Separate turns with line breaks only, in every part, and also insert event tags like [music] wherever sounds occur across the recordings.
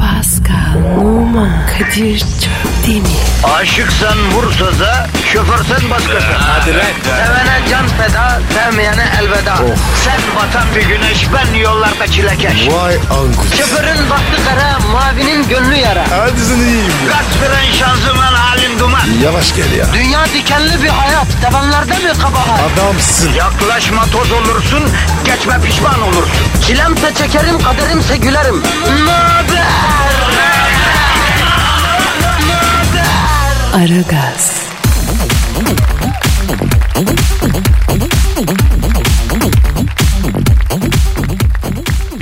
Pascal, Oman, Kadir çok değil mi?
Aşıksan vursa da şoförsen başkasın.
Hadi lan. Oh.
Sevene can feda, sevmeyene elveda. Sen batan bir güneş, ben yollarda çilekeş.
Vay anku.
Şoförün baktı kara, mavinin gönlü yara.
Hadi sen iyiyim ya.
Kasperen şanzıman halin duman.
Yavaş gel ya.
Dünya dikenli bir hayat, sevenlerde mi kabahar?
Adamsın.
Yaklaşma toz olursun, geçme pişman olursun. Çilemse çekerim, kaderimse gülerim. Möber!
Aragaz,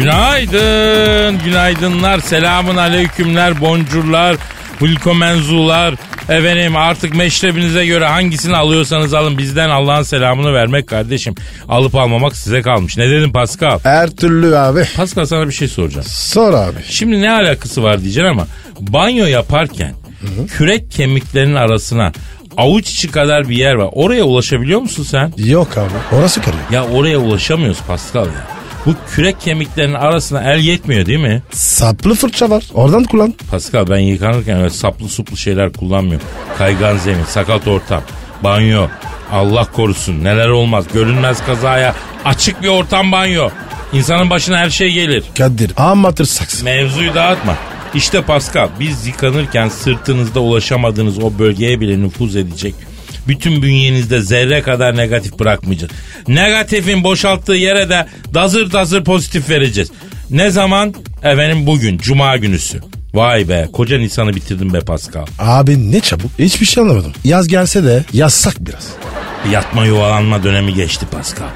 Günaydın, günaydınlar, selamın aleykümler, boncurlar, hulkomenzular. Efendim artık meşrebinize göre hangisini alıyorsanız alın bizden Allah'ın selamını vermek kardeşim. Alıp almamak size kalmış. Ne dedim Pascal?
Her türlü abi.
Pascal sana bir şey soracağım.
Sor abi.
Şimdi ne alakası var diyeceksin ama banyo yaparken kürek kemiklerinin arasına avuç içi kadar bir yer var. Oraya ulaşabiliyor musun sen?
Yok abi. Orası kırıyor.
Ya oraya ulaşamıyoruz Pascal ya. Bu kürek kemiklerinin arasına el yetmiyor değil mi?
Saplı fırça var. Oradan kullan.
Pascal ben yıkanırken öyle saplı suplu şeyler kullanmıyorum. Kaygan zemin, sakat ortam, banyo. Allah korusun neler olmaz. Görünmez kazaya açık bir ortam banyo. İnsanın başına her şey gelir.
Kadir. Amatör saksı.
Mevzuyu dağıtma. İşte Pascal biz yıkanırken sırtınızda ulaşamadığınız o bölgeye bile nüfuz edecek. Bütün bünyenizde zerre kadar negatif bırakmayacağız. Negatifin boşalttığı yere de dazır dazır pozitif vereceğiz. Ne zaman? Efendim bugün cuma günüsü. Vay be koca Nisan'ı bitirdim be Pascal.
Abi ne çabuk. Hiçbir şey anlamadım. Yaz gelse de yazsak biraz.
Yatma yuvalanma dönemi geçti Pascal.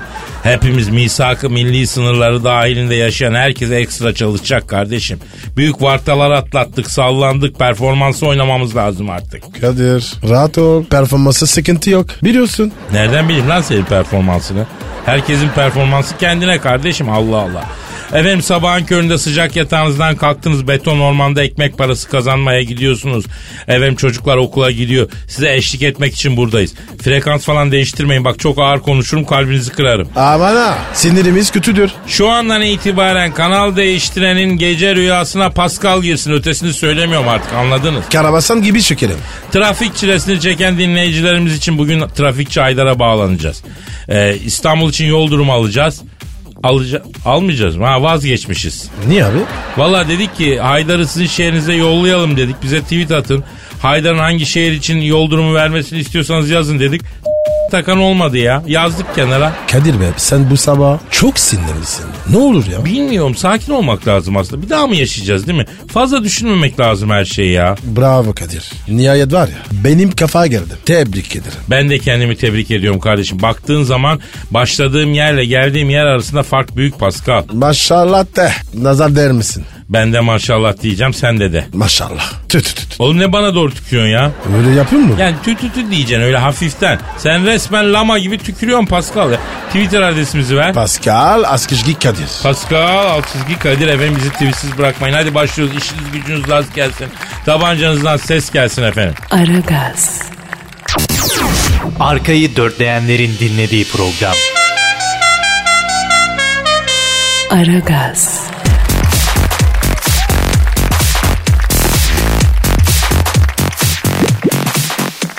Hepimiz misak-ı milli sınırları dahilinde yaşayan herkese ekstra çalışacak kardeşim. Büyük vartalar atlattık, sallandık, performansı oynamamız lazım artık.
Kadir. Rahat ol. Performansı sıkıntı yok. Biliyorsun.
Nereden bileyim lan senin performansını? Herkesin performansı kendine kardeşim Allah Allah. Efendim sabahın köründe sıcak yatağınızdan kalktınız beton ormanda ekmek parası kazanmaya gidiyorsunuz. Efendim çocuklar okula gidiyor. Size eşlik etmek için buradayız. Frekans falan değiştirmeyin bak çok ağır konuşurum kalbinizi kırarım.
Aman ha. Sinirimiz kötüdür.
Şu andan itibaren kanal değiştirenin gece rüyasına Pascal girsin. Ötesini söylemiyorum artık anladınız.
Karabasan gibi şekerim.
Trafik çilesini çeken dinleyicilerimiz için bugün trafikçi Aydar'a bağlanacağız. Ee, İstanbul için yol durumu alacağız. Alıca almayacağız mı? Ha vazgeçmişiz.
Niye abi?
Valla dedik ki Haydar'ı sizin şehrinize yollayalım dedik. Bize tweet atın. Haydar'ın hangi şehir için yol durumu vermesini istiyorsanız yazın dedik. Takan olmadı ya. Yazdık kenara.
Kadir be sen bu sabah çok sinirlisin. Ne olur ya?
Bilmiyorum sakin olmak lazım aslında. Bir daha mı yaşayacağız değil mi? Fazla düşünmemek lazım her şeyi ya.
Bravo Kadir. Nihayet var ya benim kafa geldi. Tebrik ederim.
Ben de kendimi tebrik ediyorum kardeşim. Baktığın zaman başladığım yerle geldiğim yer arasında fark büyük Pascal.
Maşallah de. Nazar değer misin?
Ben de maşallah diyeceğim sen de de.
Maşallah. Tüt tüt tüt.
Oğlum ne bana doğru tükürüyorsun ya?
Öyle yapıyor mu?
Yani tü tü tü diyeceksin öyle hafiften. Sen resmen lama gibi tükürüyorsun Pascal ya. Twitter adresimizi ver.
Pascal Askışgi Kadir.
Pascal alt çizgi Kadir efendim bizi tweetsiz bırakmayın. Hadi başlıyoruz. İşiniz gücünüz az gelsin. Tabancanızdan ses gelsin efendim.
Aragaz,
Arkayı dörtleyenlerin dinlediği program.
Aragaz,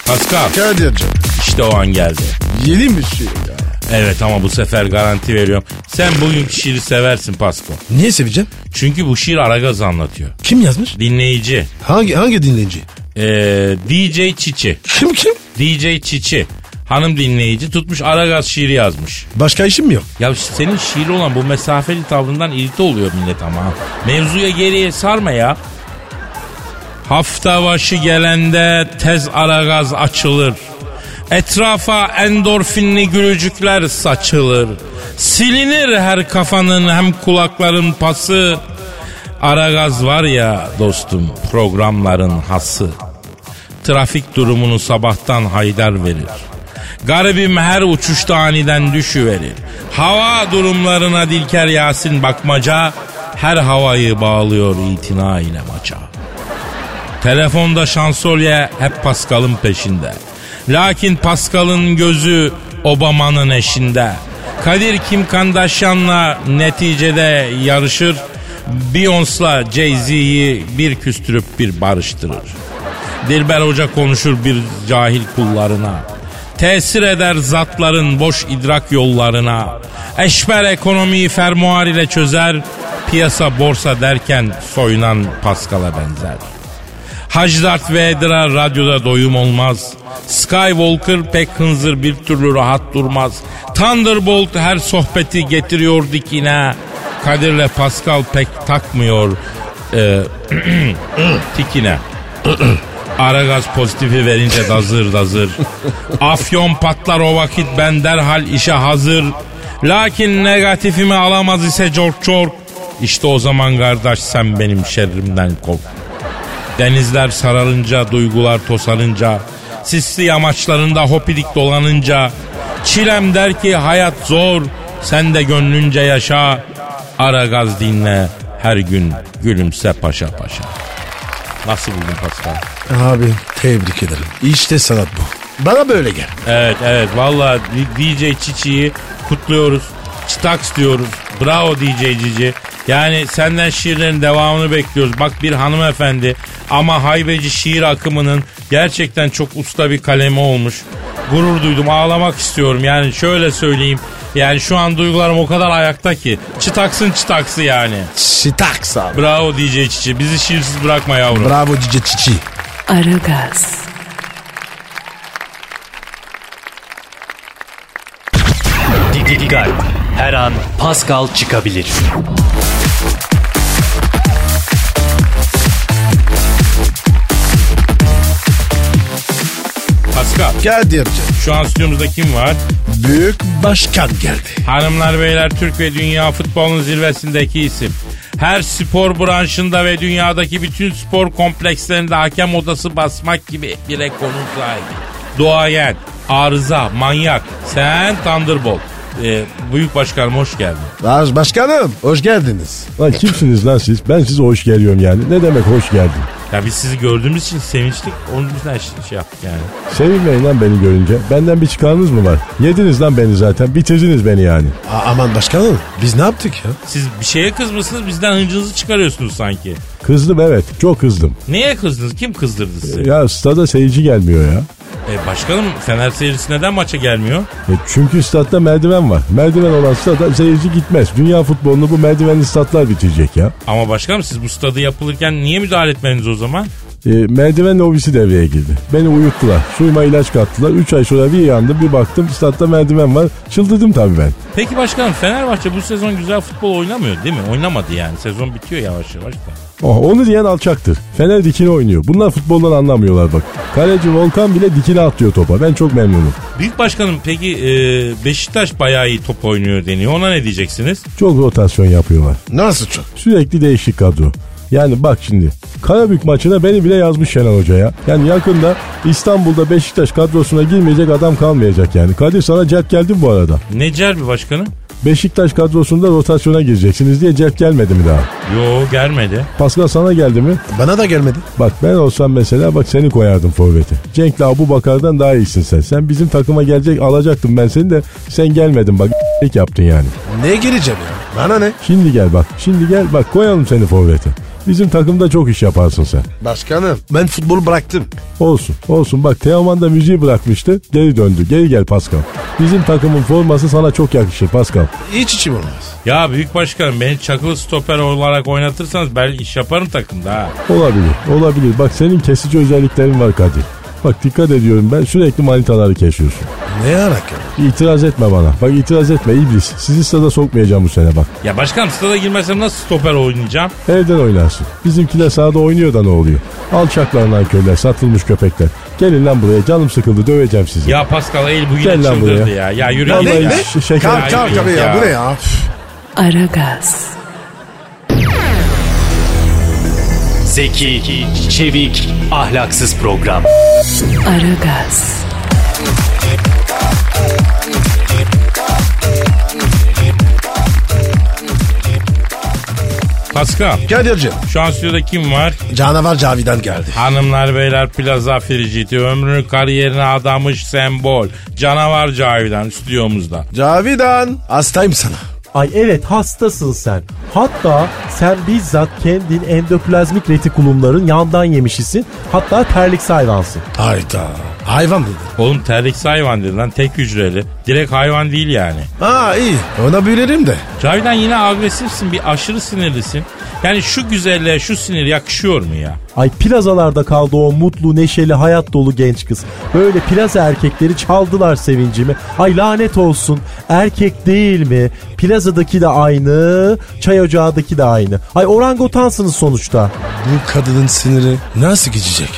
Pascal
Kadir'cim
işte o an geldi.
yeni bir şey ya.
Evet ama bu sefer garanti veriyorum. Sen bugünkü şiiri seversin Pasko.
Niye seveceğim?
Çünkü bu şiir Aragaz anlatıyor.
Kim yazmış?
Dinleyici.
Hangi hangi dinleyici?
Ee, DJ Çiçi.
Kim kim?
DJ Çiçi. Hanım dinleyici tutmuş Aragaz şiiri yazmış.
Başka işim mi yok?
Ya senin şiiri olan bu mesafeli tavrından irite oluyor millet ama. ha. Mevzuya geriye sarma ya. Hafta başı gelende tez aragaz açılır. Etrafa endorfinli gülücükler saçılır. Silinir her kafanın hem kulakların pası. Aragaz var ya dostum programların hası. Trafik durumunu sabahtan haydar verir. Garibim her uçuşta aniden düşüverir. Hava durumlarına Dilker Yasin bakmaca, her havayı bağlıyor itina ile maça. Telefonda şansolye hep Pascal'ın peşinde. Lakin Pascal'ın gözü Obama'nın eşinde. Kadir Kim Kardashian'la neticede yarışır. Beyoncé'la Jay-Z'yi bir küstürüp bir barıştırır. Dilber Hoca konuşur bir cahil kullarına. Tesir eder zatların boş idrak yollarına. Eşber ekonomiyi fermuar ile çözer. Piyasa borsa derken soyunan Paskal'a benzer. Hacdat Vedra radyoda doyum olmaz. Skywalker pek hınzır bir türlü rahat durmaz. Thunderbolt her sohbeti getiriyor dikine. Kadir'le Pascal pek takmıyor e, [clears throat] tikine. Aragaz pozitifi verince dazır dazır. Afyon patlar o vakit ben derhal işe hazır. Lakin negatifimi alamaz ise cork cork. İşte o zaman kardeş sen benim şerrimden kork. Denizler sararınca, duygular tosarınca, sisli yamaçlarında hopidik dolanınca, çilem der ki hayat zor, sen de gönlünce yaşa, ara gaz dinle, her gün gülümse paşa paşa. Nasıl buldun Pascal?
Abi tebrik ederim. İşte sanat bu. Bana böyle gel.
Evet evet valla DJ Çiçi'yi kutluyoruz. Çıtaks diyoruz. Bravo DJ Cici. Yani senden şiirlerin devamını bekliyoruz. Bak bir hanımefendi ama haybeci şiir akımının gerçekten çok usta bir kalemi olmuş. Gurur duydum ağlamak istiyorum. Yani şöyle söyleyeyim. Yani şu an duygularım o kadar ayakta ki. Çıtaksın çıtaksı yani.
Şitaks abi.
Bravo DJ Çiçi. Bizi şiirsiz bırakma yavrum.
Bravo Cici Çiçi.
Aragaz,
Didi Gal. Her an Pascal çıkabilir.
Pascal.
Geldi yapacağım.
Şu an stüdyomuzda kim var?
Büyük başkan geldi.
Hanımlar beyler Türk ve dünya futbolunun zirvesindeki isim. Her spor branşında ve dünyadaki bütün spor komplekslerinde hakem odası basmak gibi bir konum sahibi. Doğayen, arıza, manyak, sen Thunderbolt. Ee, büyük başkanım hoş geldin.
Baş, başkanım hoş geldiniz.
Lan kimsiniz lan siz? Ben size hoş geliyorum yani. Ne demek hoş geldin?
Ya biz sizi gördüğümüz için sevinçlik. Onun yüzünden şey- şey yaptık yani.
Sevinmeyin lan beni görünce. Benden bir çıkarınız mı var? Yediniz lan beni zaten. Bitirdiniz beni yani.
A- aman başkanım biz ne yaptık ya?
Siz bir şeye kızmışsınız bizden hıncınızı çıkarıyorsunuz sanki.
Kızdım evet. Çok kızdım.
Neye kızdınız? Kim kızdırdı sizi?
Ya stada seyirci gelmiyor ya.
E, başkanım Fener seyircisi neden maça gelmiyor?
E çünkü statta merdiven var. Merdiven olan stada seyirci gitmez. Dünya futbolunu bu merdivenli statlar bitirecek ya.
Ama başkanım siz bu stadı yapılırken niye müdahale etmediniz o zaman?
E, merdiven lobisi devreye girdi. Beni uyuttular. Suyuma ilaç kattılar. 3 ay sonra bir yandım bir baktım statta merdiven var. Çıldırdım tabii ben.
Peki başkanım Fenerbahçe bu sezon güzel futbol oynamıyor değil mi? Oynamadı yani. Sezon bitiyor yavaş yavaş da.
Oh, onu diyen alçaktır. Fener dikine oynuyor. Bunlar futboldan anlamıyorlar bak. Kaleci Volkan bile dikine atlıyor topa. Ben çok memnunum.
Büyük başkanım peki e, Beşiktaş bayağı iyi top oynuyor deniyor. Ona ne diyeceksiniz?
Çok rotasyon yapıyorlar.
Nasıl çok?
Sürekli değişik kadro. Yani bak şimdi Karabük maçına beni bile yazmış Şenol Hoca ya. Yani yakında İstanbul'da Beşiktaş kadrosuna girmeyecek adam kalmayacak yani. Kadir sana cep geldi mi bu arada?
Ne cerbi başkanım?
Beşiktaş kadrosunda rotasyona gireceksiniz diye cep gelmedi mi daha?
Yo gelmedi.
Pascal sana geldi mi?
Bana da gelmedi.
Bak ben olsam mesela bak seni koyardım forvete. Cenk'le Abu Bakar'dan daha iyisin sen. Sen bizim takıma gelecek alacaktım ben seni de sen gelmedin bak [laughs] ilk yaptın yani.
Ne gireceğim ya? Bana ne?
Şimdi gel bak şimdi gel bak koyalım seni forvete. Bizim takımda çok iş yaparsın sen.
Başkanım ben futbolu bıraktım.
Olsun olsun bak Teoman da müziği bırakmıştı geri döndü geri gel Pascal. Bizim takımın forması sana çok yakışır Pascal.
Hiç içim olmaz.
Ya büyük başkanım beni çakıl stoper olarak oynatırsanız ben iş yaparım takımda ha.
Olabilir olabilir bak senin kesici özelliklerin var Kadir. Bak dikkat ediyorum ben sürekli manitaları kesiyorsun.
Ne alaka?
İtiraz etme bana. Bak itiraz etme iblis. Sizi stada sokmayacağım bu sene bak.
Ya başkanım stada girmezsem nasıl stoper oynayacağım?
Evden oynarsın. Bizimkiler sahada oynuyor da ne oluyor? Alçaklar nankörler, satılmış köpekler. Gelin lan buraya canım sıkıldı döveceğim sizi.
Ya Pascal el bu yine
Gel lan buraya.
çıldırdı ya. Ya yürü
Vallahi
git ya.
hiç şeker-
Kalk kalk abi şey, ya.
Ya.
Bu ne ya? Üf.
Aragaz,
Zeki, çevik, ahlaksız program.
Aragaz,
Pascal
Kadir'cim
şu an stüdyoda kim var?
canavar Cavidan geldi.
Hanımlar beyler plaza friciti ömrünü kariyerine adamış sembol. Canavar Cavidan stüdyomuzda.
Cavidan hastayım sana.
Ay evet hastasın sen. Hatta sen bizzat kendin endoplazmik retikulumların yandan yemişisin. Hatta terlik hayvansın.
Hayda. Hayvan mıydı?
Oğlum terliksi hayvan dedi lan tek hücreli. Direkt hayvan değil yani.
Aa iyi. Ona büyülerim de.
Cavidan yine agresifsin bir aşırı sinirlisin. Yani şu güzelliğe şu sinir yakışıyor mu ya?
Ay plazalarda kaldı o mutlu, neşeli, hayat dolu genç kız. Böyle plaza erkekleri çaldılar sevincimi. Ay lanet olsun. Erkek değil mi? Plazadaki de aynı, çay ocağındaki de aynı. Ay orangotansınız sonuçta.
Bu kadının siniri nasıl geçecek?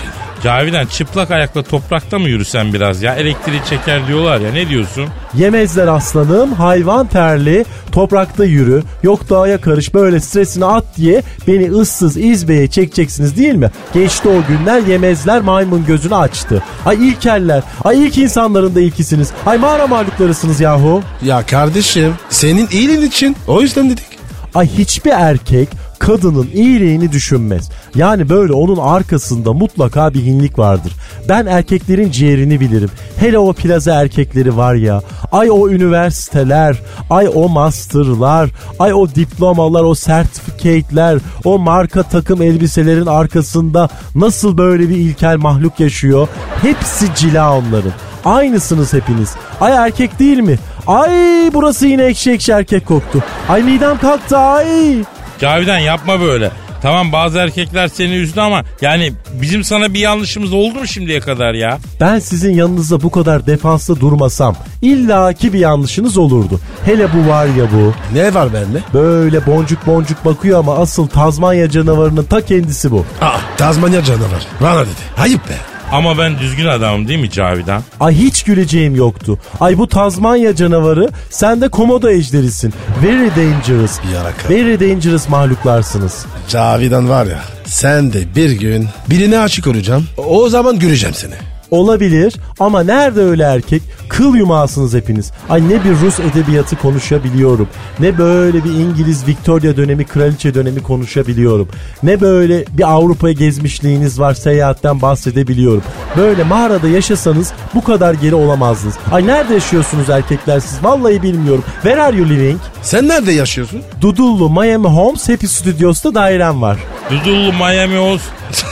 Cavidan çıplak ayakla toprakta mı yürüsen biraz ya? Elektriği çeker diyorlar ya ne diyorsun?
Yemezler aslanım, hayvan terli, toprakta yürü, yok dağa karış böyle stresini at diye beni ıssız izbeye çekeceksiniz değil mi? Geçti o günler yemezler maymun gözünü açtı. Ay ilkeller, ay ilk insanların da ilkisiniz, ay mağara mahluklarısınız yahu.
Ya kardeşim senin iyiliğin için o yüzden dedik.
Ay hiçbir erkek kadının iyiliğini düşünmez. Yani böyle onun arkasında mutlaka bir hinlik vardır. Ben erkeklerin ciğerini bilirim. Hele o plaza erkekleri var ya. Ay o üniversiteler, ay o masterlar, ay o diplomalar, o sertifikate'ler, o marka takım elbiselerin arkasında nasıl böyle bir ilkel mahluk yaşıyor? Hepsi cila onların. Aynısınız hepiniz. Ay erkek değil mi? Ay burası yine ekşi ekşi erkek koktu. Ay midem kalktı ay.
Cavidan yapma böyle. Tamam bazı erkekler seni üzdü ama yani bizim sana bir yanlışımız oldu mu şimdiye kadar ya?
Ben sizin yanınızda bu kadar defanslı durmasam illaki bir yanlışınız olurdu. Hele bu var ya bu.
Ne var benimle?
Böyle boncuk boncuk bakıyor ama asıl Tazmanya canavarının ta kendisi bu.
Aa Tazmanya canavar. Bana dedi. Ayıp be.
Ama ben düzgün adamım değil mi Cavidan?
Ay hiç güleceğim yoktu. Ay bu Tazmanya canavarı sen de komodo ejderisin. Very dangerous.
Yaraka.
Very dangerous mahluklarsınız.
Cavidan var ya sen de bir gün birine aşık olacağım. O zaman göreceğim seni.
Olabilir ama nerede öyle erkek? Kıl yumağısınız hepiniz. Ay ne bir Rus edebiyatı konuşabiliyorum. Ne böyle bir İngiliz Victoria dönemi, kraliçe dönemi konuşabiliyorum. Ne böyle bir Avrupa'ya gezmişliğiniz var, seyahatten bahsedebiliyorum. Böyle mağarada yaşasanız bu kadar geri olamazdınız. Ay nerede yaşıyorsunuz erkekler siz? Vallahi bilmiyorum. Where are you living?
Sen nerede yaşıyorsun?
Dudullu Miami Homes Happy Studios'ta dairem var.
Dudullu Miami Oz. [laughs]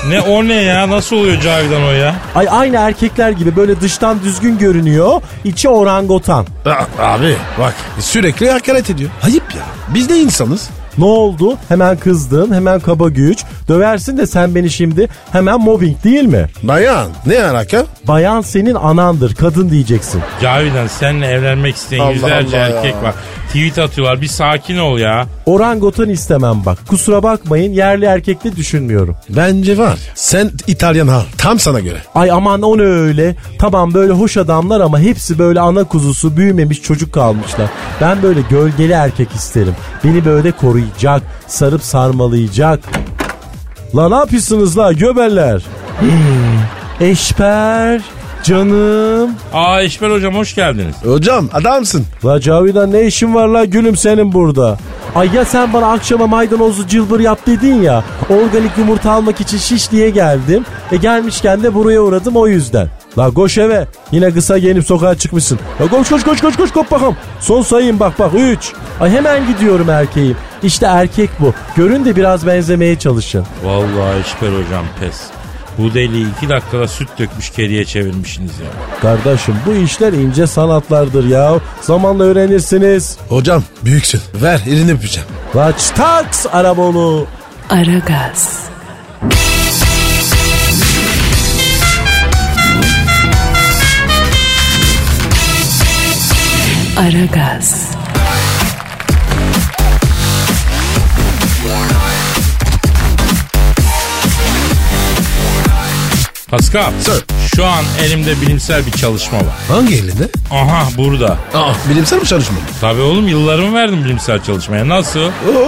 Ne o ne ya? Nasıl oluyor Cavidan o ya?
Ay aynı erkekler gibi böyle dıştan düzgün görünüyor, içi orangotan.
Aa, abi bak sürekli hakaret ediyor. Ayıp ya. Biz de insanız.
Ne oldu? Hemen kızdın, hemen kaba güç. Döversin de sen beni şimdi hemen mobbing değil mi?
Bayan ne alaka?
Bayan senin anandır, kadın diyeceksin.
Cavidan seninle evlenmek isteyen
Allah
yüzlerce
Allah
erkek
ya.
var. Tweet atıyorlar. Bir sakin ol ya.
Orangotan istemem bak. Kusura bakmayın yerli erkekte düşünmüyorum.
Bence var ya. Sen İtalyan ha. Tam sana göre.
Ay aman o ne öyle. Tamam böyle hoş adamlar ama hepsi böyle ana kuzusu büyümemiş çocuk kalmışlar. Ben böyle gölgeli erkek isterim. Beni böyle koruyacak, sarıp sarmalayacak. La ne yapıyorsunuz la göbeller? Hii, Eşber, canım.
Aa İşber hocam hoş geldiniz.
Hocam adamsın.
La Cavidan ne işin var la gülüm senin burada? Ay ya sen bana akşama maydanozlu cılbır yap dedin ya. Organik yumurta almak için Şişli'ye geldim. E gelmişken de buraya uğradım o yüzden. La koş eve. Yine kısa giyinip sokağa çıkmışsın. La koş koş koş koş koş koş bakalım. Son sayayım bak bak 3. Ay hemen gidiyorum erkeğim. İşte erkek bu. Görün de biraz benzemeye çalışın.
Vallahi İşber hocam pes. Bu deliği iki dakikada süt dökmüş kediye çevirmişsiniz ya.
Kardeşim bu işler ince sanatlardır ya. Zamanla öğrenirsiniz.
Hocam büyüksün. Ver elini öpeceğim.
La çıtaks arabonu.
Aragaz, Aragaz,
Pascal
Sir.
şu an elimde bilimsel bir çalışma var.
Hangi elinde?
Aha burada.
Aa. Bilimsel mi çalışma?
Tabii oğlum yıllarımı verdim bilimsel çalışmaya. Nasıl?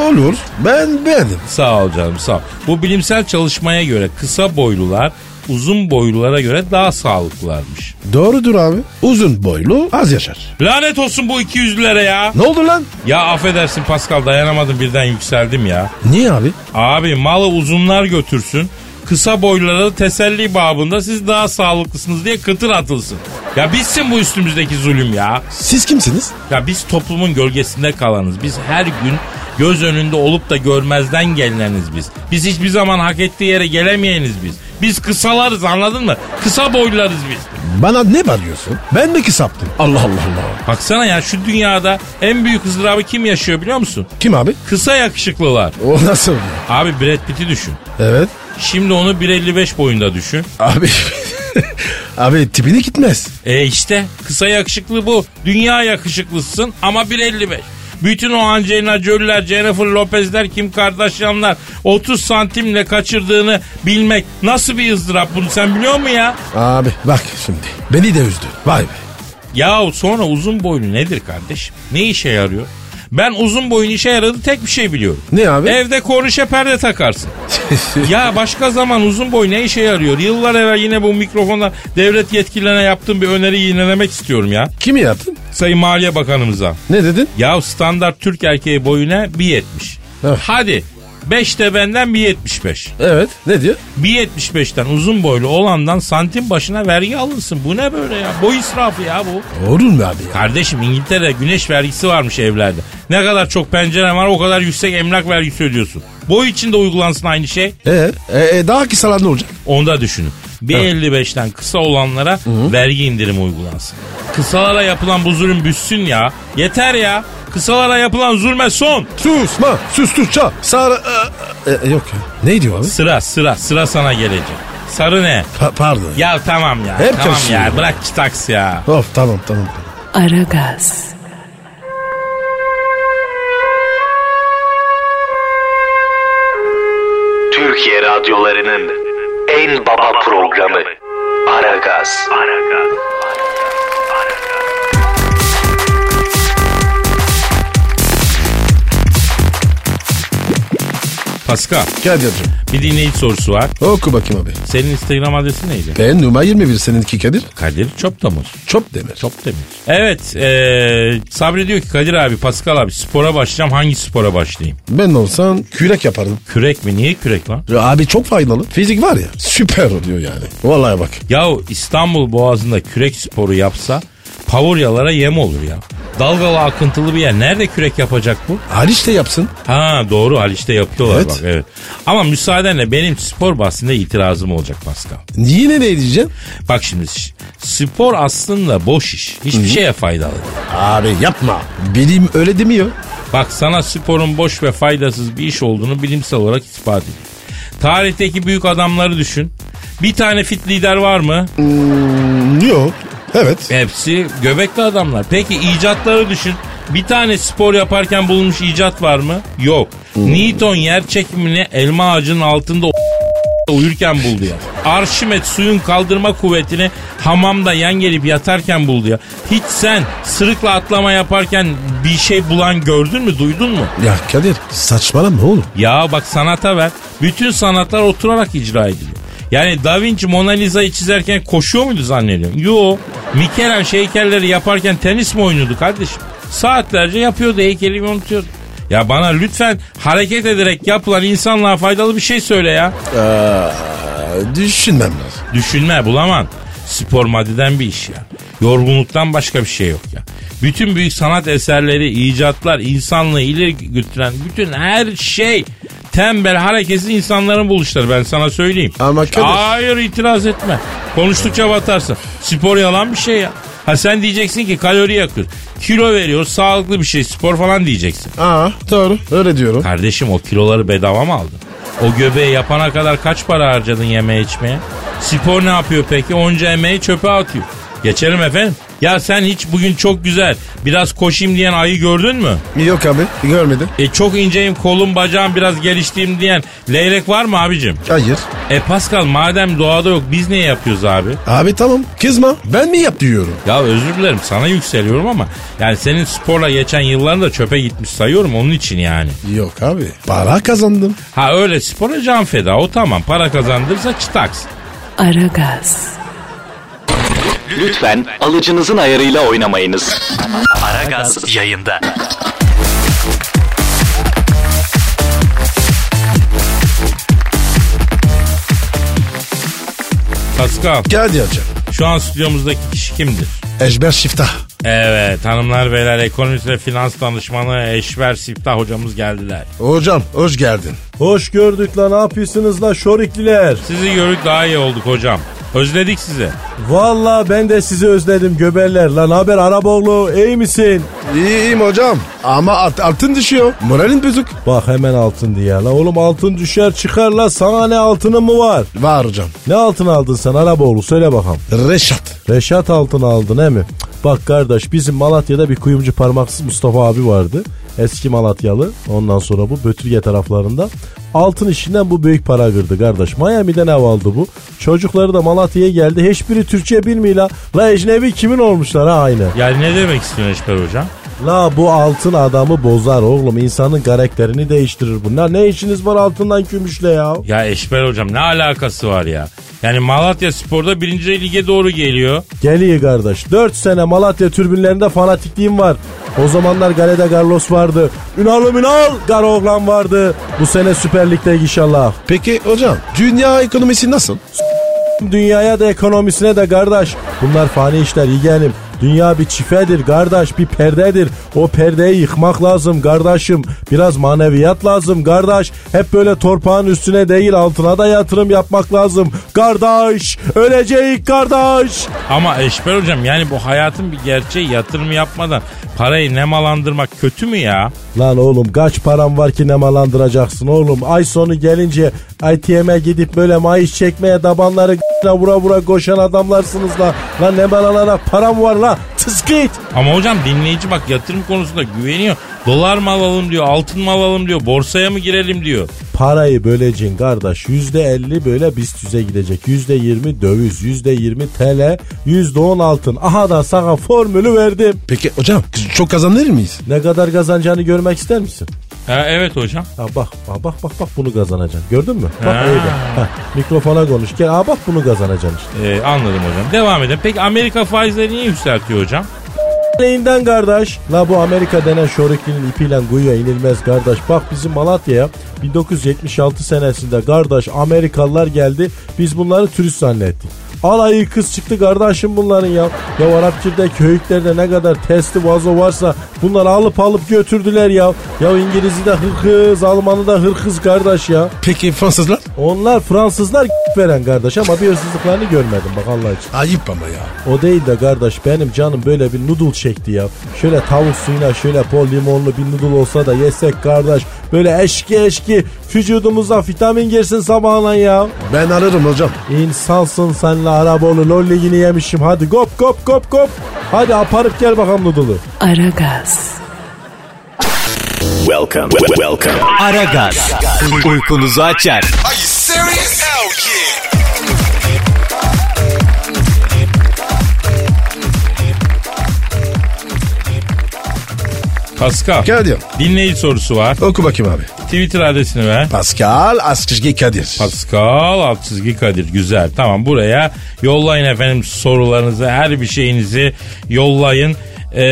Olur. Ben beğendim.
Sağ ol canım sağ ol. Bu bilimsel çalışmaya göre kısa boylular uzun boylulara göre daha sağlıklılarmış.
Doğrudur abi. Uzun boylu az yaşar.
Lanet olsun bu iki yüzlülere ya.
Ne oldu lan?
Ya affedersin Pascal dayanamadım birden yükseldim ya.
Niye abi?
Abi malı uzunlar götürsün. Kısa boylulara teselli babında siz daha sağlıklısınız diye kıtır atılsın. Ya bitsin bu üstümüzdeki zulüm ya.
Siz kimsiniz?
Ya biz toplumun gölgesinde kalanız. Biz her gün göz önünde olup da görmezden gelineniz biz. Biz hiçbir zaman hak ettiği yere gelemeyeniz biz. Biz kısalarız anladın mı? Kısa boylarız biz.
Bana ne bağırıyorsun? Ben mi kısaptım? Allah Allah Allah.
Baksana ya şu dünyada en büyük ızdırabı kim yaşıyor biliyor musun?
Kim abi?
Kısa yakışıklılar.
O nasıl? oluyor?
Abi Brad Pitt'i düşün.
Evet.
Şimdi onu 1.55 boyunda düşün.
Abi. [laughs] abi tipini gitmez.
E işte kısa yakışıklı bu. Dünya yakışıklısısın ama 1.55. Bütün o Angelina Jolie'ler, Jennifer Lopez'ler, Kim Kardashian'lar 30 santimle kaçırdığını bilmek nasıl bir ızdırap bunu sen biliyor musun ya?
Abi bak şimdi. Beni de üzdü. Vay be. [laughs]
Ya sonra uzun boylu nedir kardeşim? Ne işe yarıyor? Ben uzun boyun işe yaradı tek bir şey biliyorum.
Ne abi?
Evde kornişe perde takarsın. ya başka zaman uzun boy ne işe yarıyor? Yıllar evvel yine bu mikrofonda devlet yetkililerine yaptığım bir öneriyi yinelemek istiyorum ya.
Kimi yaptın?
Sayın Maliye Bakanımıza.
Ne dedin?
Ya standart Türk erkeği boyuna 1.70.
Evet.
Hadi 5 de benden 1.75.
Evet. Ne diyor?
1.75'ten uzun boylu olandan santim başına vergi alırsın. Bu ne böyle ya? Boy israfı ya bu.
Olur mu abi ya?
Kardeşim İngiltere'de güneş vergisi varmış evlerde. Ne kadar çok pencere var o kadar yüksek emlak vergisi ödüyorsun. Boy için de uygulansın aynı şey.
Ee, e, e, daha kısalar ne olacak?
Onu da düşünün. 1.55'ten kısa olanlara vergi indirimi uygulansın. Kısalara yapılan bu zulüm büssün ya. Yeter ya. Kısalara yapılan zulme son.
Susma. Sustukça. Sağ... E, e, yok ya. Ne diyor abi?
Sıra sıra sıra sana gelecek. Sarı ne?
Pa- pardon.
Ya tamam ya.
Hep
tamam
karıştırıyor
ya.
ya.
Bırak kitaks ya.
Of tamam tamam.
Aragaz,
Türkiye radyolarının en baba programı Aragaz.
Pascal
Kadir'cim
bir dinleyici sorusu var.
oku bakayım abi.
Senin Instagram adresi neydi?
Ben numara 21 seninki Kadir.
Kadir Çopdamur.
Çok demir.
Çok demir. Evet. eee, Sabri diyor ki Kadir abi Pascal abi spora başlayacağım. Hangi spora başlayayım?
Ben olsam kürek yapardım.
Kürek mi? Niye kürek lan?
Ya abi çok faydalı. Fizik var ya süper oluyor yani. Vallahi bak.
Yahu İstanbul Boğazı'nda kürek sporu yapsa Pavuryalara yem olur ya. Dalgalı akıntılı bir yer. Nerede kürek yapacak bu?
Haliç de yapsın.
Ha doğru Haliç'te yapıyorlar
Evet.
bak evet. Ama müsaadenle benim spor bahsinde itirazım olacak Pascal.
Yine ne diyeceğim?
Bak şimdi ş- spor aslında boş iş. Hiçbir şeye faydalı. değil.
Abi yapma. Bilim öyle demiyor.
Bak sana sporun boş ve faydasız bir iş olduğunu bilimsel olarak ispat ediyor. Tarihteki büyük adamları düşün. Bir tane fit lider var mı?
Yok. Evet.
Hepsi göbekli adamlar. Peki icatları düşün. Bir tane spor yaparken bulunmuş icat var mı? Yok. Newton yer çekimini elma ağacının altında o- [laughs] uyurken buldu ya. Arşimet suyun kaldırma kuvvetini hamamda yan gelip yatarken buldu ya. Hiç sen sırıkla atlama yaparken bir şey bulan gördün mü duydun mu?
Ya Kadir saçmalama oğlum.
Ya bak sanata ver. Bütün sanatlar oturarak icra ediliyor. Yani Da Vinci Mona Lisa'yı çizerken koşuyor muydu zannediyorsun? Yo. Michelangelo heykelleri yaparken tenis mi oynuyordu kardeşim? Saatlerce yapıyordu heykeli unutuyordu. Ya bana lütfen hareket ederek yapılan insanlığa faydalı bir şey söyle ya.
Ee, düşünmem lazım.
Düşünme bulaman. Spor maddeden bir iş ya. Yorgunluktan başka bir şey yok ya. Bütün büyük sanat eserleri, icatlar, insanlığı ileri götüren bütün her şey tembel hareketsiz insanların buluşları ben sana söyleyeyim.
Ama Kadir-
Hayır itiraz etme. Konuştukça batarsın. Spor yalan bir şey ya. Ha sen diyeceksin ki kalori yakıyor. Kilo veriyor sağlıklı bir şey spor falan diyeceksin.
Aa doğru öyle diyorum.
Kardeşim o kiloları bedava mı aldın? O göbeği yapana kadar kaç para harcadın yeme içmeye? Spor ne yapıyor peki? Onca emeği çöpe atıyor. Geçelim efendim. Ya sen hiç bugün çok güzel biraz koşayım diyen ayı gördün mü?
Yok abi görmedim.
E çok inceyim kolum bacağım biraz geliştiğim diyen leylek var mı abicim?
Hayır.
E Pascal madem doğada yok biz niye yapıyoruz abi?
Abi tamam kızma ben mi yap diyorum.
Ya özür dilerim sana yükseliyorum ama yani senin sporla geçen yılların da çöpe gitmiş sayıyorum onun için yani.
Yok abi para kazandım.
Ha öyle spora can feda o tamam para kazandırırsa çıtaks.
Aragaz,
Lütfen alıcınızın ayarıyla oynamayınız.
Aragaz yayında.
Pascal
Geldi hocam.
şu an stüdyomuzdaki kişi kimdir?
Eşber Şiftah.
Evet hanımlar beyler ekonomist ve finans danışmanı Eşber Siftah hocamız geldiler.
Hocam hoş geldin.
Hoş gördük lan ne yapıyorsunuz lan şorikliler.
Sizi gördük daha iyi olduk hocam. Özledik sizi.
Valla ben de sizi özledim göberler lan haber Araboğlu iyi misin?
İyiyim hocam. Ama alt, altın düşüyor. Moralin bozuk.
Bak hemen altın diye la oğlum altın düşer çıkar la sana ne altının mı var?
Var hocam.
Ne altın aldın sen Araboğlu söyle bakalım.
Reşat.
Reşat altın aldın he mi? Cık, Bak kardeş bizim Malatya'da bir kuyumcu parmaksız Mustafa abi vardı. Eski Malatyalı. Ondan sonra bu Bötürge taraflarında. Altın işinden bu büyük para kırdı kardeş. Miami'den ev aldı bu. Çocukları da Malatya'ya geldi. Hiçbiri Türkçe bilmiyor la. La ecnebi kimin olmuşlar ha aynı.
Yani ne demek istiyorsun Eşber hocam?
La bu altın adamı bozar oğlum. İnsanın karakterini değiştirir bunlar. Ne işiniz var altından gümüşle ya?
Ya Eşber hocam ne alakası var ya? Yani Malatya Spor'da birinci lige doğru geliyor.
Geliyor kardeş. 4 sene Malatya türbünlerinde fanatikliğim var. O zamanlar Galede Carlos vardı. Ünal'ım Ünal Garoğlan vardı. Bu sene Süper Lig'de inşallah.
Peki hocam dünya ekonomisi nasıl?
Dünyaya da ekonomisine de kardeş. Bunlar fani işler yeğenim. Dünya bir çifedir kardeş bir perdedir. O perdeyi yıkmak lazım kardeşim. Biraz maneviyat lazım kardeş. Hep böyle torpağın üstüne değil altına da yatırım yapmak lazım. Kardeş öleceğiz kardeş.
Ama Eşber hocam yani bu hayatın bir gerçeği yatırım yapmadan parayı nemalandırmak kötü mü ya?
Lan oğlum kaç param var ki nemalandıracaksın oğlum. Ay sonu gelince ITM'e gidip böyle maaş çekmeye dabanları g***le vura vura koşan adamlarsınız la. Lan nemalanarak param var la. Tıskıt.
Ama hocam dinleyici bak yatırım konusunda güveniyor. Dolar mı alalım diyor, altın mı alalım diyor, borsaya mı girelim diyor.
Parayı böleceksin kardeş. Yüzde elli böyle BIST 100'e gidecek. Yüzde yirmi döviz. Yüzde yirmi TL. Yüzde on altın. Aha da sana formülü verdim.
Peki hocam çok kazanır mıyız?
Ne kadar kazanacağını görmek ister misin?
Ha, evet hocam.
Ha bak ha bak bak bak bunu kazanacaksın. Gördün mü? Bak öyle. Ha, mikrofona konuş. Gel ha bak bunu kazanacaksın işte.
Ee, anladım hocam. Devam edelim. Peki Amerika faizleri niye yükseltiyor hocam?
Neyinden kardeş? La bu Amerika denen şoreklinin ipiyle kuyuya inilmez kardeş. Bak bizim Malatya'ya 1976 senesinde kardeş Amerikalılar geldi. Biz bunları turist zannettik. Alayı kız çıktı kardeşim bunların ya. Ya Arapçı'da köyüklerde ne kadar testi vazo varsa bunları alıp alıp götürdüler ya. Ya İngiliz'i de hırkız, Alman'ı da hırkız kardeş ya.
Peki Fransızlar?
Onlar Fransızlar [laughs] veren kardeş ama bir hırsızlıklarını görmedim bak Allah için.
Ayıp ama ya.
O değil de kardeş benim canım böyle bir noodle çekti ya. Şöyle tavuk suyuna şöyle bol limonlu bir noodle olsa da yesek kardeş. Böyle eşki eşki vücudumuza vitamin girsin sabahla ya.
Ben ararım hocam.
İnsansın senle Araboğlu lolligini yemişim hadi kop kop kop kop. Hadi aparıp gel bakalım noodle'ı.
Aragaz,
Welcome, welcome.
Aragaz. Uykunuzu açar.
Pascal.
Kadir
Dinleyici sorusu var.
oku bakayım abi.
Twitter adresini ver.
Pascal Askışgi Kadir.
Pascal alt çizgi Kadir güzel tamam buraya yollayın efendim sorularınızı her bir şeyinizi yollayın. Ee,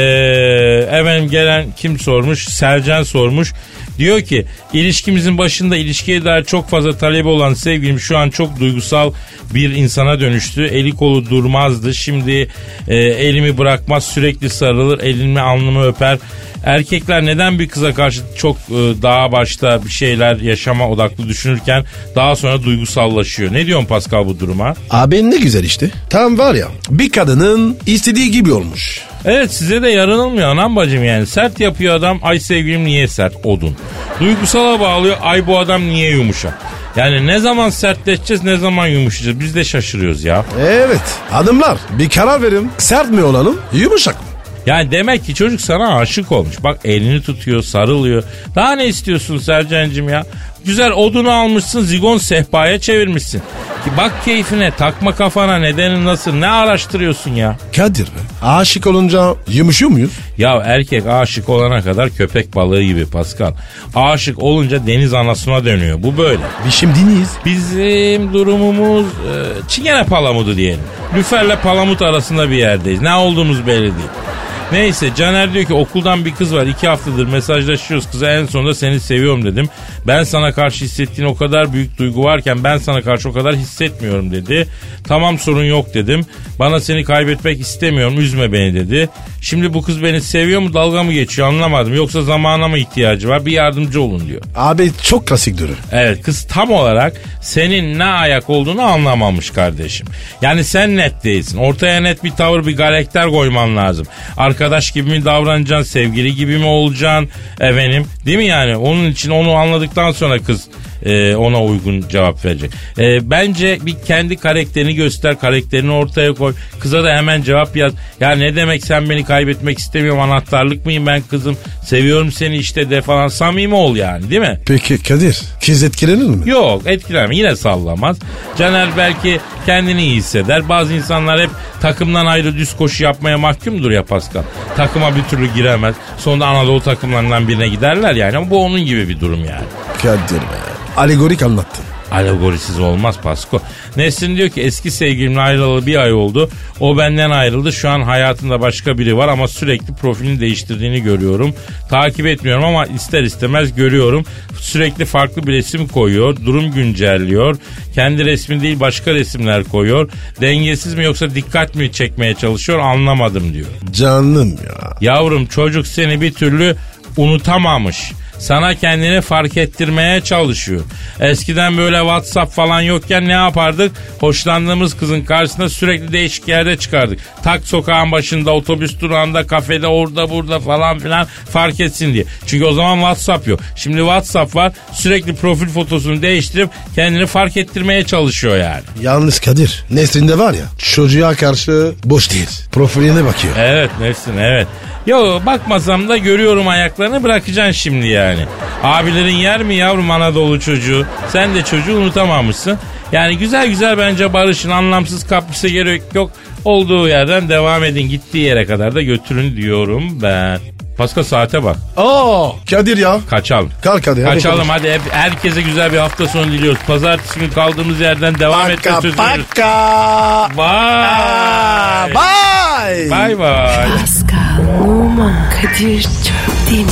efendim gelen kim sormuş Sercan sormuş diyor ki ilişkimizin başında ilişkiye dair çok fazla talep olan sevgilim şu an çok duygusal bir insana dönüştü eli kolu durmazdı şimdi e, elimi bırakmaz sürekli sarılır elimi alnımı öper Erkekler neden bir kıza karşı çok e, daha başta bir şeyler yaşama odaklı düşünürken daha sonra duygusallaşıyor? Ne diyorsun Pascal bu duruma?
Abi ne güzel işte. Tam var ya bir kadının istediği gibi olmuş.
Evet size de yaranılmıyor anam bacım yani. Sert yapıyor adam ay sevgilim niye sert odun. Duygusala bağlıyor ay bu adam niye yumuşak. Yani ne zaman sertleşeceğiz ne zaman yumuşayacağız biz de şaşırıyoruz ya.
Evet. Hanımlar bir karar verin. Sert mi olalım yumuşak mı?
Yani demek ki çocuk sana aşık olmuş. Bak elini tutuyor, sarılıyor. Daha ne istiyorsun Sercan'cığım ya? Güzel odunu almışsın, zigon sehpaya çevirmişsin. Ki Bak keyfine, takma kafana, nedeni nasıl, ne araştırıyorsun ya?
Kadir be. Aşık olunca yumuşuyor muyuz?
Ya erkek aşık olana kadar köpek balığı gibi Pascal. Aşık olunca deniz anasına dönüyor. Bu böyle.
Biz şimdi neyiz?
Bizim durumumuz e, çingene palamudu diyelim. Lüferle palamut arasında bir yerdeyiz. Ne olduğumuz belli değil. Neyse Caner diyor ki okuldan bir kız var iki haftadır mesajlaşıyoruz kıza en sonunda seni seviyorum dedim. Ben sana karşı hissettiğin o kadar büyük duygu varken ben sana karşı o kadar hissetmiyorum dedi. Tamam sorun yok dedim. Bana seni kaybetmek istemiyorum üzme beni dedi. Şimdi bu kız beni seviyor mu dalga mı geçiyor anlamadım. Yoksa zamana mı ihtiyacı var bir yardımcı olun diyor.
Abi çok klasik durur.
Evet kız tam olarak senin ne ayak olduğunu anlamamış kardeşim. Yani sen net değilsin. Ortaya net bir tavır bir karakter koyman lazım. Arkadaş gibi mi davranacaksın, sevgili gibi mi olacaksın efendim. Değil mi yani? Onun için onu anladıktan sonra kız e, ona uygun cevap verecek. E, bence bir kendi karakterini göster, karakterini ortaya koy. Kıza da hemen cevap yaz. Ya ne demek sen beni kaybetmek istemiyorum anahtarlık mıyım ben kızım? Seviyorum seni işte de falan samimi ol yani değil mi?
Peki Kadir kız etkilenir mi?
Yok etkilenme yine sallamaz. Caner belki kendini iyi hisseder. Bazı insanlar hep takımdan ayrı düz koşu yapmaya mahkumdur ya Pascal. Takıma bir türlü giremez. Sonunda Anadolu takımlarından birine giderler yani. Ama bu onun gibi bir durum yani.
Kadir be. Alegorik anlattın.
Alegorisiz olmaz Pasko. Nesrin diyor ki eski sevgilimle ayrılalı bir ay oldu. O benden ayrıldı. Şu an hayatında başka biri var ama sürekli profilini değiştirdiğini görüyorum. Takip etmiyorum ama ister istemez görüyorum. Sürekli farklı bir resim koyuyor. Durum güncelliyor. Kendi resmi değil başka resimler koyuyor. Dengesiz mi yoksa dikkat mi çekmeye çalışıyor anlamadım diyor.
Canım ya.
Yavrum çocuk seni bir türlü unutamamış. Sana kendini fark ettirmeye çalışıyor. Eskiden böyle WhatsApp falan yokken ne yapardık? Hoşlandığımız kızın karşısında sürekli değişik yerde çıkardık. Tak sokağın başında, otobüs durağında, kafede, orada burada falan filan fark etsin diye. Çünkü o zaman WhatsApp yok. Şimdi WhatsApp var. Sürekli profil fotosunu değiştirip kendini fark ettirmeye çalışıyor yani.
Yalnız Kadir Nesrin'de var ya çocuğa karşı boş değil. Profiline bakıyor.
Evet Nefsin evet. Yo bakmasam da görüyorum ayaklarını bırakacaksın şimdi yani. Abilerin yer mi yavrum Anadolu çocuğu? Sen de çocuğu unutamamışsın. Yani güzel güzel bence barışın anlamsız kapmışsa gerek yok. Olduğu yerden devam edin gittiği yere kadar da götürün diyorum ben. Paska saate bak.
Aa Kadir ya.
Kaçalım.
Kalk hadi. hadi
Kaçalım
konuş.
hadi. Hep, herkese güzel bir hafta sonu diliyoruz. Pazartesi günü kaldığımız yerden devam etme
Paka
sözü veriyoruz.
paka.
Bye.
Bye.
Bye bye.
Pascal, Oman, Kadir çok değil mi?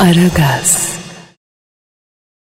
Aragaz.